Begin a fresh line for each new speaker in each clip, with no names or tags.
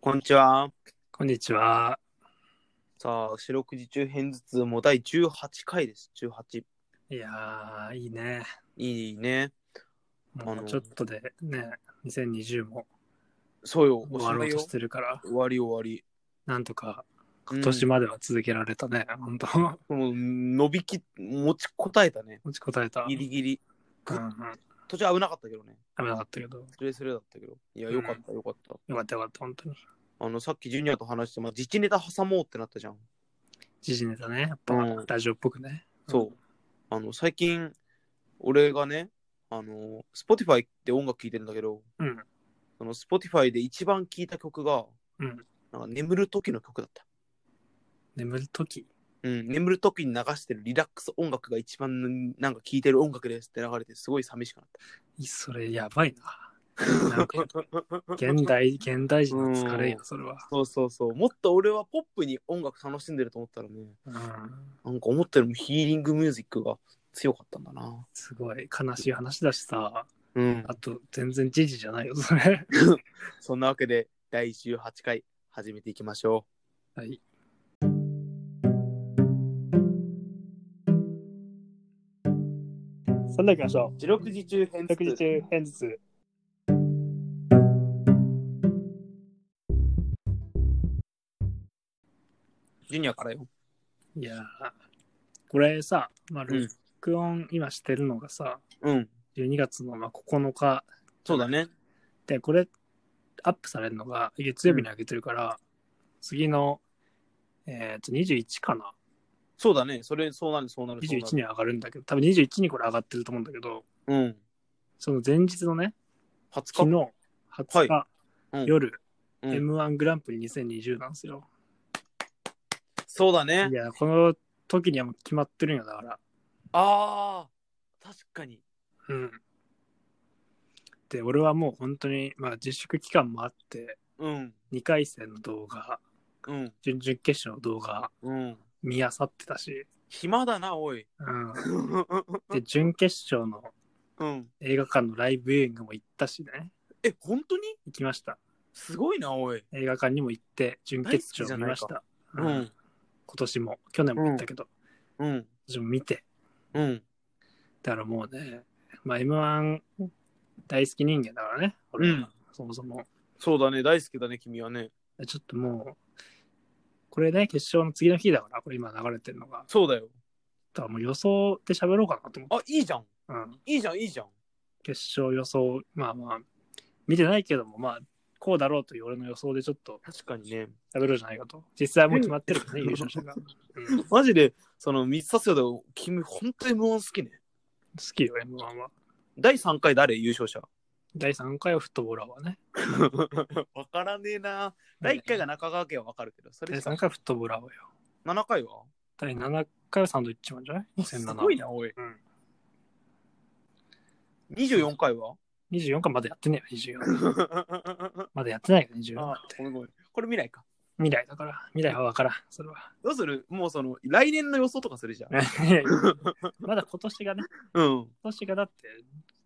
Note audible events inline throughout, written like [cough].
こんにちは。
こんにちは。
さあ、四六時中編ずつ、もう第18回です。18。
いやー、いいね。
いいね。
も
あの
うちょっとでね、2020も
そうよ、お
終
し
わろ
ま
う
い
と
よ
し。てるから、
終わり終わり。
なんとか
今
今年までは続けられたね。本当
もう伸びき、持ちこたえたね。
持ちこたえた。
ギリギリ。
うんうん、危
途中危なかったけどね。
なかったけど、
スレスレだったけど。いや、
うん
よかったよかった。
よかったよかった、本当に。
あの、さっきジュニアと話して、まあ、自治ネタ挟もうってなったじゃん。
時事ネタね、やっぱ、
うん
ラジオっぽくね。
そう。あの、最近、俺がね、あの、Spotify って音楽聴いてるんだけど、
うん。うん。
その Spotify で一番聴いた曲が、
うん
なんか眠る時の曲だった。
眠るとき。
うん、眠る時に流してるリラックス音楽が一番なんか聴いてる音楽ですって流れてすごい寂しくなっ
それやばいな。なん
[laughs]
か
た。
現代、現代人の疲れよ、それは。
そうそうそう。もっと俺はポップに音楽楽しんでると思ったらね、
うん。
なんか思ったよりもヒーリングミュージックが強かったんだな。
すごい悲しい話だしさ、
うん。
あと全然時事じゃないよ、それ。 [laughs]
そんなわけで第18回始めていきましょ
はい。そんな行きましょ
う。四六時中編
う。6時中変日。
ジュニアからよ。
いやー、これさ、まあ、
うん
録音今してるのがさ、
うん。
12月のまあ9日
そうだね。
で、これアップされるのが月曜日に上げてるから、次の、えー、と21かな
そうだね。それ、そうなる、そうなる。そうなる
?21 に上がるんだけど、多分21にこれ上がってると思うんだけど、
うん。
その前日のね、
20
昨
日。
日20日、
うん
夜、
うん
M1 グランプリ2020なんですよ。
そうだね
い。や、この時にはもう決まってるんよ、だから。
ああ、確かに。
うん。で、俺はもう本当に、まあ自粛期間もあって、
うん。
2回戦の動画、
うん。
準々決勝の動画、
うん。
見あさってたし、
暇だな、おい。 [laughs]
うん。
う
で、準決勝の
ん。
映画館のライブ映画も行ったしね、
え、本当に
行きました。
すごいな、おい。
映画館にも行って、準決勝見ました。
大好きじゃないかうん
今年も、去年も行ったけど、
うん。
今年も見て、
うん。
だからもうね、まあ M1 大好き人間だからね、俺は、
うん
そもそも。
そうだね、大好きだね、君はね。
ちょっともう、これね、決勝の次の日だから、これ今流れてるのが。
そうだよ。
だからもう予想で喋ろうかなと思って。
あ、いいじゃん。
うん、
いいじゃん、いいじゃん。
決勝予想、まあまあ、見てないけども、まあ、こうだろうという俺の予想でちょっと
確かにね。
喋ろうじゃないかと。実際はもう決まってるからね、
うん
優勝者が。うん好
マジで、その、三つ刺すよで、君、本当に M1 好きね。
きよ、M1 は。
第3回誰優勝者
第3回はフットボーラーはね。
[laughs] わからねえな。第1回が中川家はわかるけど、それ
第
しか
3回はフットボーラーはよ。
7回
[laughs]
は
第7回はサンドイッチマンじゃない ?2007。
すごいな、おい。
うん。
24回 [laughs] は
24回まだやってねえよ、24。まだやってないよ、24
あ
っ
あ、
て。
ごめんごめん。これ未来か。
未来だから。未来は分からん、それは。
どうするもうその、来年の予想とかするじゃん。
[laughs] まだ今年がね、
うん。
今年がだって、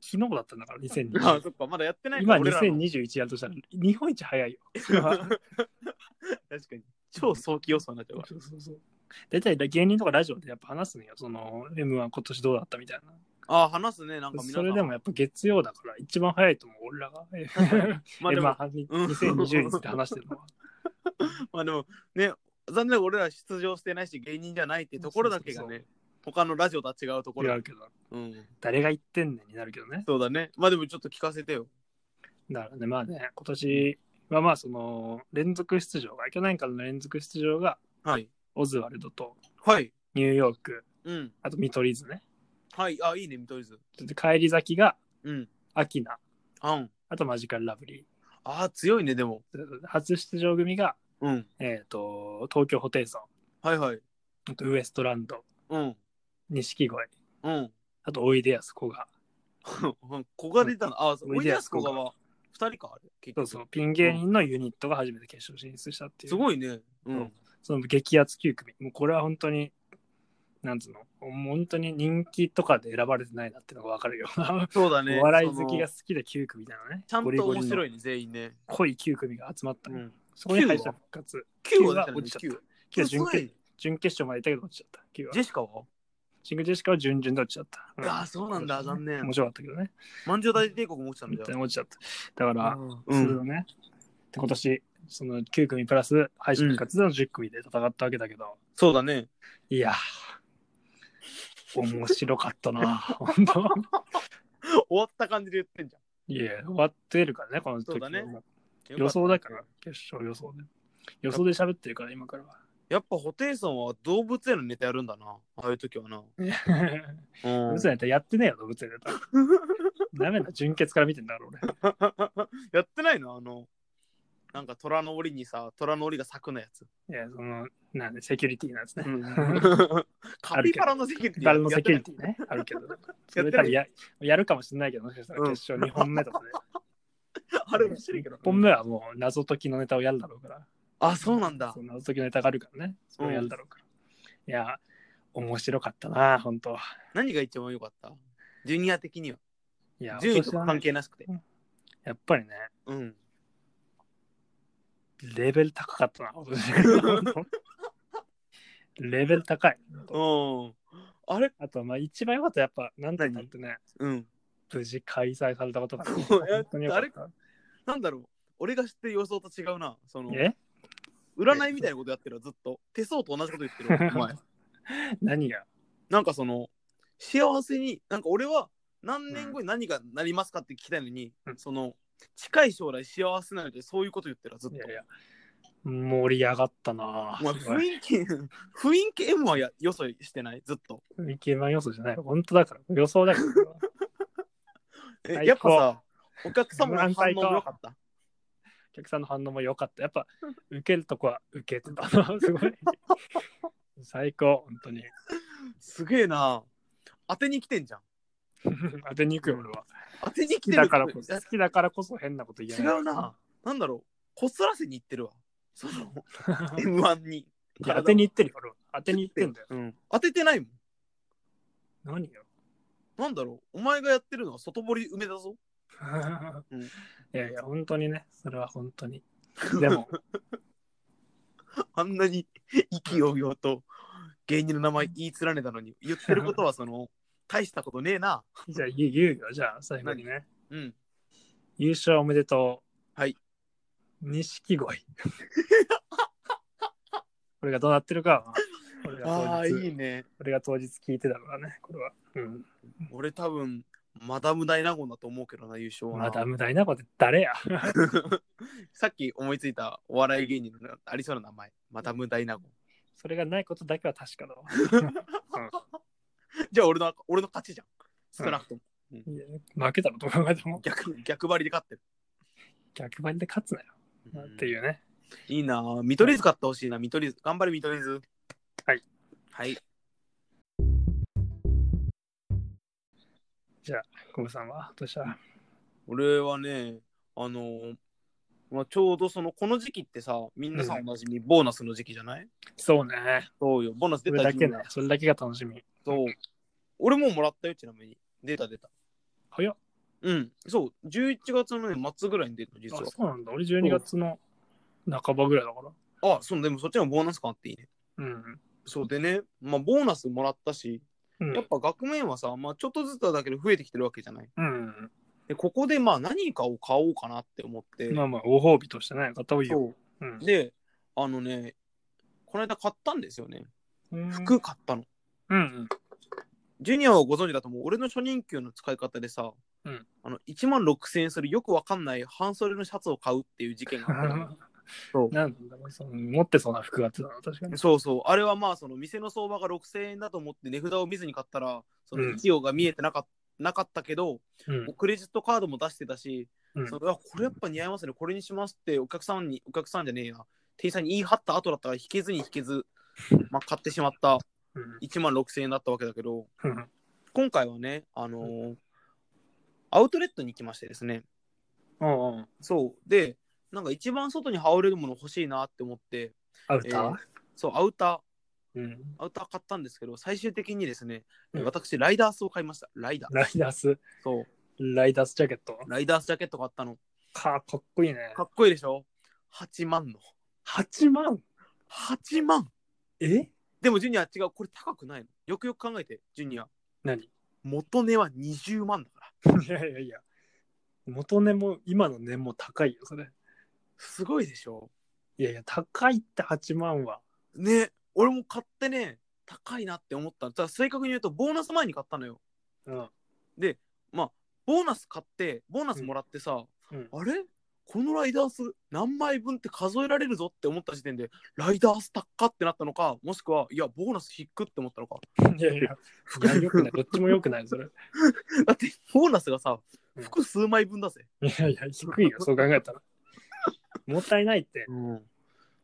昨日だったん
[laughs]
だから、
ああ、
2020。
そっか、まだやってない
今
か俺らの
2021やるとしたら、日本
[laughs]
一早いよ。それは
確かに。超早期予想になっちゃうわ。
そうそうそう。大体芸人とかラジオでやっぱ話すのよ、その M1 今年どうだったみたいな。
ああ、話すね、なんか皆さ
そ
ん。
れでもやっぱ月曜だから、一番早いと思う、俺らが。
まあでも、
M1
うん
2020について話してる
[laughs]
のは。
まあでも、ね、残念ながら俺ら出場してないし、芸人じゃないってところだけが
そうそう
ね、他のラジオとは違うとこ
これ
ろだ。
あるけど、
うん。
誰が言ってんねんになるけどね。
そうだね。まあでもちょっと聞かせてよ。
だからね、まあね、今年はまあその連続出場が、去年からの連続出場が
はい。
オズワルドと
はい。
ニューヨーク、
うん。
あと見取り図ね。
はい。あ、いいね、見取り図。
で帰り咲きが
うん。
アキナ、
あん。
あとマジカルラブリ
ああ、強いね、でも。
ー。初出場組が、
うん。
えっ、と、東京ホテイソン、
はいはい。
あとウエストランド、
うん。
錦鯉、
[laughs] うん。
あとおいでやすこが。
こが出たの。ああ、そう
お
お
い
い
で
で
や
や
す
す
こ
こ
が
がは2人か、あれ。結
そ
局
うそう、ピン芸人のユニットが初めて決勝進出したっていう。
すごいね。う。
そうんその激アツ9組。もうこれは本当に、なんつうの、もう本当に人気とかで選ばれてないなっていうのがわかるよな。
そうだ [laughs] ね。
[laughs] お笑い好きが
その
好きで9組みたいなね。
ちゃんと面
ゴリゴ
白
リの
いね、全員ね。
濃い9組が集まった、
うん。
そこに敗者復活。
9
9
は出
は出
た
た
の
の
に
に
9
9。9は
嘘
準
や
決準決勝までいったけど落ちちゃった。9は
ジ。ェシカは
シングジェシカは準々で落ちちゃった。うん
ああ、そうなんだ、残念
面。白かったけどね。
満場大帝国も落ちたん
本
だ
当
よ。
に落ちちゃった。だから、
う
それ
ん。
をね、で今年、その9組プラス敗者復活の10組で戦ったわけだけど、
そうだね。 [laughs]
いやー、面白かったな、本当。
終わった感じで言ってんじ
いや、終わってるからね、この時
そうだね
も
ゃん。
予想だ
よった
から、決勝予想で。予想で喋ってるから、今からは。
やっぱホテイソンは動物園のネタやるんだな。ああいう時はな。
動
うん
物園やったらやってねえよ、動物園やったら。ダメだ、純潔から見てんだろ、俺。
[laughs] やってないのあの、なんか虎の檻にさ、虎の檻が咲くのやつ。
いや、その、なんで、セキュリティなんですね。
カピバラのセキュリティ。
バルのセキュリ
ィ。
ティね、あるけど。
や
そ
ってない
れ多分ややるかもしれないけど、もしかしたら
うん
決勝2本目とかで。
あるかもしれんけど。
1本目はもう謎解きのネタをやるだろうから。
あ、そうなんだ
そ。う謎解きのネタがあるからね。それをやるだろうから。いや、面白かったな、本当
何が一番良かったジュニア的には。
いや、
順位と
今
か関
年はね
係なくて。
やっぱりね、
うん。
レベル高かったな、今年 [laughs] レベル高い。
うん。あれ
あと、まあ、一番良かったやっぱ、なんて言ったってね、
うん。
無事開催されたこと [laughs] が、
こうやっ
本当に良かった。
なんだろう。俺が知ってる予想と違うな。その、
え
占いみたいなことやってるわずっと。手相と同じこと言って
[laughs]
る。お前。
何が
なんかその幸せになんか俺は何年後に何がなりますかって聞きたいのに、
うん
その近い将来幸せなのでそういうこと言ってるわずっと
いやいや、盛り上がったな
お前雰囲気 [laughs] 雰囲気 M はやよそしてないずっと
イケメン予想じゃない。本当だから、予想
[laughs]
だから。
え
最高
やっぱさお客様の反応も良かった
お客さんの反応も良かった。やっぱ、受けるとこは受けてた
[laughs]
な。すごい。最高、本当に。
[laughs] すげえな当てに来てんじゃん
当てに行くよ、俺は。
当てに
好
来て
き
る
だからこ
い
そ、
や
好きだからこそ変なこと言え
違
ない。
う
[laughs]
な。なんだろうこすらせに行ってる [laughs] わその M1 に
いや当てに行ってるよ、俺は。当てに行ってんだよ。
うん、当ててないもん
何よ。
なんだろうお前がやってるのは外堀埋めだぞ [laughs] うん
いやいや、本当にね、それは本
[laughs]
当に。でも、
あんなに [laughs] 意気揚々と芸人の名前言い連ねたのに言ってることはその大したことねえな。
じゃあ言う言うよ、じゃあ最後にね。
うん。
優勝おめでとう。
はい。
錦鯉。 [laughs] これがどうなってるかは、俺
あ
が
あ
当
い
日、
いね。
俺が当日聞いてたからね、これは。うん。
俺多分マダムダイナゴンだと思うけどな優勝はな。
まだ無駄なこと誰や。
[laughs] さっき思いついたお笑い芸人のありそうな名前マダムダイナゴン。
それがないことだけは確かだわ。
じゃあ俺の俺の勝ちじゃん。少なくとも、
いや負けたのと考えても、
逆逆張りで勝ってる。
逆張りで勝つなよ。っていうね。
いいなあ見取り図買ってほしいな見取り図頑張れ見取り図。
はい。
はい。
コブさんは、どうした
俺はねあのまあ、ちょうどそのこの時期ってさみんなさ
う
おなじみ、ボーナスの時期じゃない
そうね。
そうよボーナス
そ
出
れ
た
だ
時期
けね。それだけが楽しみ。
そう俺もうもらったよちなみに出た出た
早っ。
うんそう11月の、ね、末ぐらいに出たの実
あ
は
そうなんだ。俺12月の半ばぐらいだから。
あそうでもそっちの方がボーナス感あっていいね
うん。
そうでねまあボーナスもらったし
うん
やっぱ額面はさ、まあ、ちょっとずつだけど増えてきてるわけじゃない
うん。
でここでまあ何かを買おうかなって思って、
まあまあ、ご褒美としてね、買った方がいいよ。
そう
うん
であのねこの間買ったんですよね
うん
服買ったの
うんうん。
ジュニアをご存知だと思う俺の初任給の使い方でさ、
うん
あの1万6000円するよくわかんない半袖のシャツを買うっていう事件があ
[laughs]
ったのそう
なんだろうその持ってそうな服があってたの、確かに。
そうそうあれはまあその店の相場が6000円だと思って値札を見ずに買ったらその
うん
費用が見えてなかった、なかったけど、
うん
クレジットカードも出してたし、
うん
それはこれやっぱ似合いますねこれにしますってお客さんにお客さんじゃねえや店員さんに言い張った後だったから引けずに引けず、まあ、買ってしまった
うん
1万6000円だったわけだけど
うん。
今回はね、あのーアウトレットに行きましてですね、
うんうん。
そう、で、なんか一番外に羽織れるもの欲しいなって思って、
アウター、
そう、アウター、
うん。
アウター買ったんですけど、最終的にですね、
うん
私、ライダースを買いました。ライダー。
ライダース、
そう、
ライダースジャケット。
ライダースジャケット買ったの。
かかっこいいね。
かっこいいでしょ8万の。
8万
8万
え
でもジュニア違う、これ高くないの。よくよく考えて、ジュニア。
何 [laughs] い
元値は20万だから。
やいやいや。元値も今の値も高いよ、それ。
すごいでしょ。
いやいや、高いって8万は。
ね、俺も買ってね、高いなって思ったの。ただ正確に言うと、ボーナス前に買ったのよ。
うん。
ボーナス買って、ボーナスもらってさ、
うん、
あれこのライダース何枚分って数えられるぞって思った時点で、ライダース高っってなったのか、もしくは、いや、ボーナス引くって思ったのか。 [laughs]
いやいや、いやよくない。どっちもよくない、それ。
だって、ボーナスがさ、
うん
複数枚分だぜ。
いやいや、低いよ、そう考えたら。もったいないって。
うん。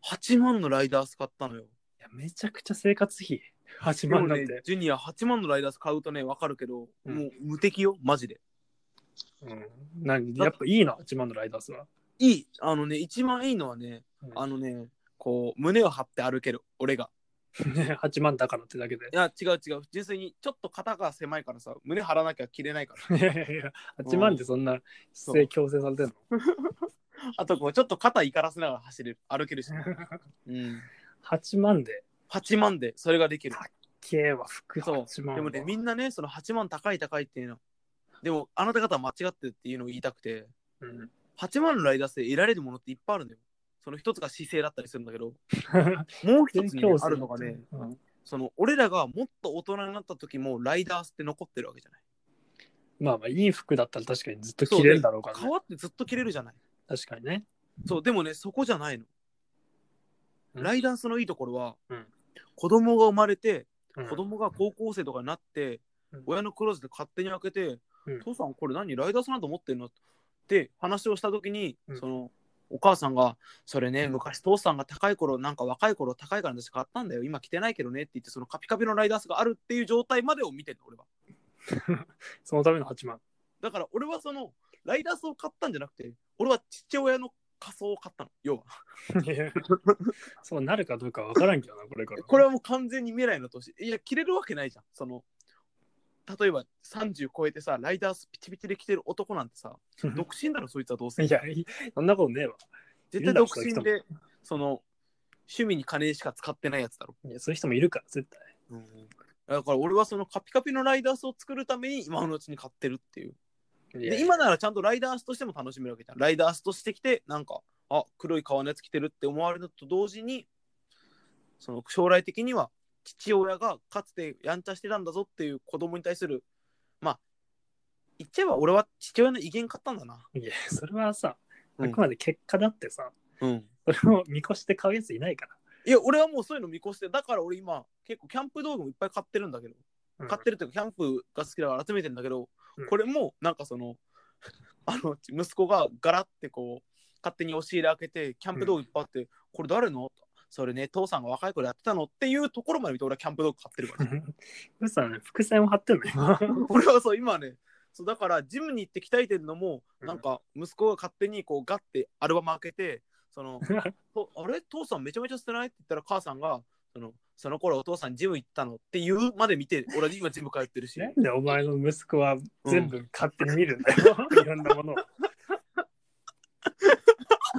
8万のライダース買ったのよ。
いやめちゃくちゃ生活費。8万なん
でもね
て。
ジュニア8万のライダース買うとね、わかるけど、
うん
もう無敵よ、マジで。
うん。何やっぱいいな、8万のライダースは。
いい、あのね、一番いいのはね、
うん [laughs]
あのね、こう、胸を張って歩ける、俺が。
ね8万だからってだけで。
いや、違う違う、純粋に、ちょっと肩が狭いからさ、胸張らなきゃ着れないから。
いやいやいや、8万でそんな姿勢強制されてんの
あと、こう、ちょっと肩いからせながら走れる、歩けるし。うん。
?8 万で。
8万でそれができる。
K は服
そう
8万は
でもね、みんなね、その8万高い高いっていうの。でも、あなた方は間違ってるっていうのを言いたくて、
うん、
8万のライダースで得られるものっていっぱいあるんだよ。その一つが姿勢だったりするんだけど、もう一
[laughs]
つにね、あるのがね、
うん
その俺らがもっと大人になった時もライダースって残ってるわけじゃない。
まあまあ、いい服だったら確かにずっと着れるだろうから、ね。
革ってずっと着れるじゃない。
確かにね。
そう、でもね、そこじゃないの。
うん
ライダースのいいところは、
うん
子供が生まれて、
うん
子供が高校生とかになって、
うん
親のクローゼット勝手に開けて、
うん
父さんこれ何ライダースなんて思ってんのって話をした時に、
うん
そのお母さんが「それね昔父さんが高い頃なんか若い頃高いから私買ったんだよ今着てないけどね」って言ってそのカピカピのライダースがあるっていう状態までを見てるの俺は
そのための8万。 [laughs]
だから俺はそのライダースを買ったんじゃなくて俺は父親の仮装を買ったの要は
いやそうなるかどうかわからんけどな、これか
[laughs]
ら。
これはもう完全に未来の年いや着れるわけないじゃんその例えば30超えてさライダースピチピチで着てる男なんてさ独身だろそいつはどうせ
いや、いいそんなことねえわ。
絶対独身で、その、趣味に金しか使ってないやつだろ。
いや、そういう人もいるから、絶対。
だから俺はそのカピカピのライダースを作るために今のうちに買ってるっていう。
いや
で、今ならちゃんとライダースとしても楽しめるわけじゃん。ライダースとしてきて、なんか、あ、黒い革のやつ着てるって思われるのと同時に、その将来的には父親がかつてやんちゃしてたんだぞっていう子供に対する、まあ、言っちゃえば俺は父親の威厳買ったんだな。
いや、それはさ、
うん
あくまで結果だってさ、
うん。
それを見越して買うやついないか
いや、俺はもうそういうの見越して、だから俺今、結構キャンプ道具もいっぱい買ってるんだけど、
ら。
買ってるというか、キャンプが好きだから集めてんだけど
うん、
これもなんかその、 [laughs] あの、息子がガラってこう、勝手に押し入れ開けて、キャンプ道具いっぱいあって、これ誰のそれね、父さんが若い頃やってたのっていうところまで見て、俺はキャンプ道具買ってる
[laughs]
から。
うさ、ね、伏線を張ってんの今。
[laughs] 俺はそう、今ね、そうだから、ジムに行って鍛えてるのも、
うん
なんか、息子が勝手にこう、ガッてアルバム開けて、その、とあれ父さんめちゃめちゃ捨てないって言ったら母さんがそのその頃お父さんジム行ったのっていうまで見て俺は今ジム通ってる
[laughs]
し
なんでお前の息子は全部勝手に見るんだよ、いろんなものを。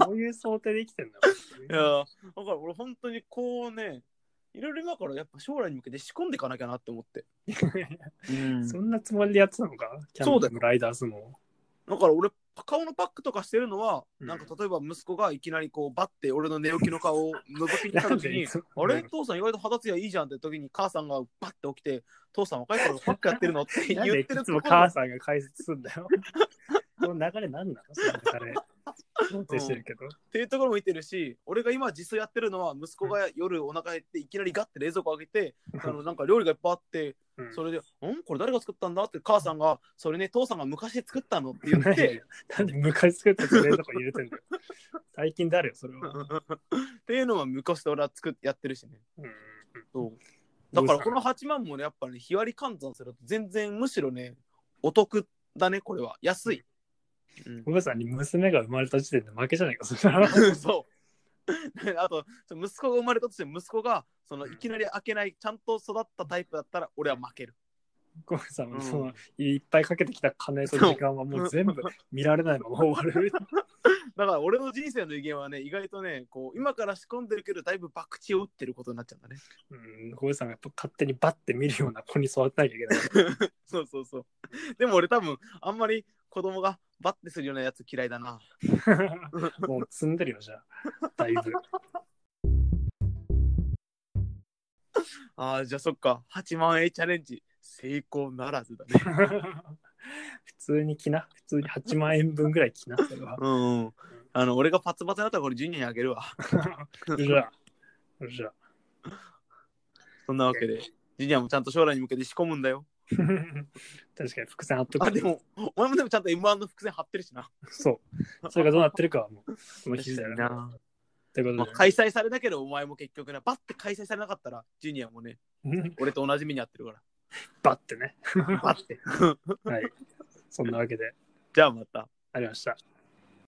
そういう想定で生きてんだ
いや
よ。
ーだから俺本当にこうねいろいろ今からやっぱ将来に向けて仕込んでいかなきゃなって思って、
そんなつもりでやってたのかキャンプのライダースも。
だから俺顔のパックとかしてるのは、
うん
なんか例えば息子がいきなりこうバッて俺の寝起きの顔を覗きに来た
なん
時
で
に
[laughs] いつも
あれ父さん意外と肌ツヤいいじゃんって時に母さんがバッて起きて父さん若い頃パックやってるのって言
な
って
んで
る
い
と
つ
こ
[laughs]
ろ
も母さんが解説するんだよ。この流れなんなのその流れ。想定してるけど。
っていうところも見てるし俺が今実際やってるのは息子が夜お腹減っていきなりガッて冷蔵庫開けて、あのなんか料理がいっぱいあって
うん
それで「んこれ誰が作ったんだ?」って母さんが「それね父さんが昔作ったの」って言っ
いやい
て
やなんで昔作ったやつ冷蔵庫に入れてんだよ。最近誰よ、それは。
っていうのは昔と俺は作っやってるしね
うん
そうだからこの8万もねやっぱね日割り換算すると全然むしろねお得だねこれは安い、うん
お母さんに娘が生まれた時点で負けじゃないか、そ
[laughs]
れは。
そう [laughs] あとその息子が生まれたとして息子がそのいきなり開けないちゃんと育ったタイプだったら俺は負ける
ごめんさん
うん
そ
[laughs]
のいっぱいかけてきた金と時間はもう全部見られないまま終わる。
だから俺の人生の威厳はね、意外とね、こう、今から仕込んでるけど、だいぶ博打を打ってることになっちゃうんだね。
うん、小林さんがやっぱ勝手にバッて見るような子に育てなきゃいけ
[laughs]
ない。
そうそうそう。 [laughs] でも俺多分、あんまり子供がバッてするようなやつ嫌いだな。
もう積んでるよ、じゃあ。だいぶ。 [laughs]
ああ、じゃあそっか。8万円チャレンジ、成功ならずだね。
普通に着な。普通に8万円分ぐらい着な、それは。
[laughs] うん、うん。あの、俺がパツパツになったらこれジュニアにあげるわ。 [laughs]
うじゃ。うじ [laughs] ゃ。
そんなわけで、ジュニアもちゃんと将来に向けて仕込むんだよ。
確かに伏線貼っとく。
あ、 [laughs] でも、お前もでもちゃんと M1 の伏線張ってるしな。
そう。それがどうなってるかはもう、その日次第
確 [laughs]
だ
かに
な。
な
というこ
まあ、
とで、
開催されなければお前も結局な、バッて開催されなかったら、ジュニアもね、
うん
俺と同じ目に遭ってるから。
バッ
[laughs]
てね。
バッて。
はい。そんなわけで、
じゃあまた。
ありました。